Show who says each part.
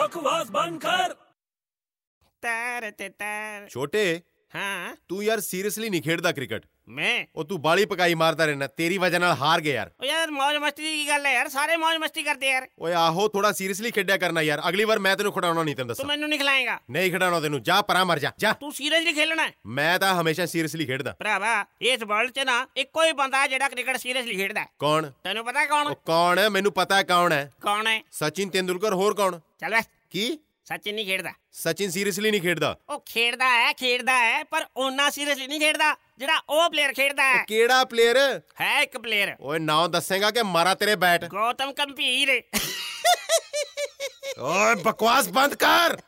Speaker 1: बकवास बंद कर
Speaker 2: ਤੈਰਤੇ ਤੈਰ
Speaker 3: ਛੋਟੇ
Speaker 2: ਹਾਂ
Speaker 3: ਤੂੰ ਯਾਰ ਸੀਰੀਅਸਲੀ ਨਹੀਂ ਖੇਡਦਾ ਕ੍ਰਿਕਟ
Speaker 2: ਮੈਂ
Speaker 3: ਉਹ ਤੂੰ ਬਾਲੀ ਪਕਾਈ ਮਾਰਦਾ ਰਹਿਣਾ ਤੇਰੀ ਵਜ੍ਹਾ ਨਾਲ ਹਾਰ ਗਏ ਯਾਰ
Speaker 2: ਉਹ ਯਾਰ ਮौज ਮਸਤੀ ਦੀ ਕੀ ਗੱਲ ਹੈ ਯਾਰ ਸਾਰੇ ਮौज ਮਸਤੀ ਕਰਦੇ ਯਾਰ
Speaker 3: ਓਏ ਆਹੋ ਥੋੜਾ ਸੀਰੀਅਸਲੀ ਖੇਡਿਆ ਕਰਨਾ ਯਾਰ ਅਗਲੀ ਵਾਰ ਮੈਂ ਤੈਨੂੰ ਖਿਡਾਉਣਾ ਨਹੀਂ ਤੈਨੂੰ
Speaker 2: ਤੂੰ
Speaker 3: ਦੱਸਾਂ
Speaker 2: ਮੈਨੂੰ ਨਹੀਂ ਖਿਲਾਏਗਾ
Speaker 3: ਨਹੀਂ ਖਿਡਾਉਣਾ ਤੈਨੂੰ ਜਾ ਪਰਾਂ ਮਰ ਜਾ ਜਾ
Speaker 2: ਤੂੰ ਸੀਰੀਅਸਲੀ ਖੇਲਣਾ ਹੈ
Speaker 3: ਮੈਂ ਤਾਂ ਹਮੇਸ਼ਾ ਸੀਰੀਅਸਲੀ ਖੇਡਦਾ
Speaker 2: ਭਰਾਵਾ ਇਸ ਵਰਲਡ 'ਚ ਨਾ ਇੱਕੋ ਹੀ ਬੰਦਾ ਹੈ ਜਿਹੜਾ ਕ੍ਰਿਕਟ ਸੀਰੀਅਸਲੀ ਖੇਡਦਾ ਹੈ।
Speaker 3: ਕੌਣ
Speaker 2: ਤੈਨੂੰ ਪਤਾ ਕੌਣ
Speaker 3: ਉਹ ਕੌਣ ਹੈ ਮੈਨੂੰ ਪਤਾ ਹੈ ਕੌਣ ਹੈ
Speaker 2: ਕੌਣ ਹੈ
Speaker 3: ਸਚਿਨ ਤੇਂਦੁਲਕਰ ਹੋਰ ਕੌਣ
Speaker 2: ਚੱਲ ਵੇ
Speaker 3: ਕੀ
Speaker 2: ਸਚਿਨ ਨਹੀਂ ਖੇਡਦਾ
Speaker 3: ਸਚਿਨ ਸੀਰੀਅਸਲੀ ਨਹੀਂ ਖੇਡਦਾ
Speaker 2: ਉਹ ਖੇਡਦਾ ਹੈ ਖੇਡਦਾ ਹੈ ਪਰ ਓਨਾ ਸੀਰੀਅਸਲੀ ਨਹੀਂ ਖੇਡਦਾ ਜਿਹੜਾ ਉਹ ਪਲੇਅਰ ਖੇਡਦਾ ਹੈ
Speaker 3: ਉਹ ਕਿਹੜਾ ਪਲੇਅਰ
Speaker 2: ਹੈ ਇੱਕ ਪਲੇਅਰ
Speaker 3: ਓਏ ਨਾਮ ਦੱਸੇਗਾ ਕਿ ਮਾਰਾ ਤੇਰੇ ਬੈਟ
Speaker 2: ਗੌਤਮ ਗੰਭੀਰ
Speaker 3: ਓਏ ਬਕਵਾਸ ਬੰਦ ਕਰ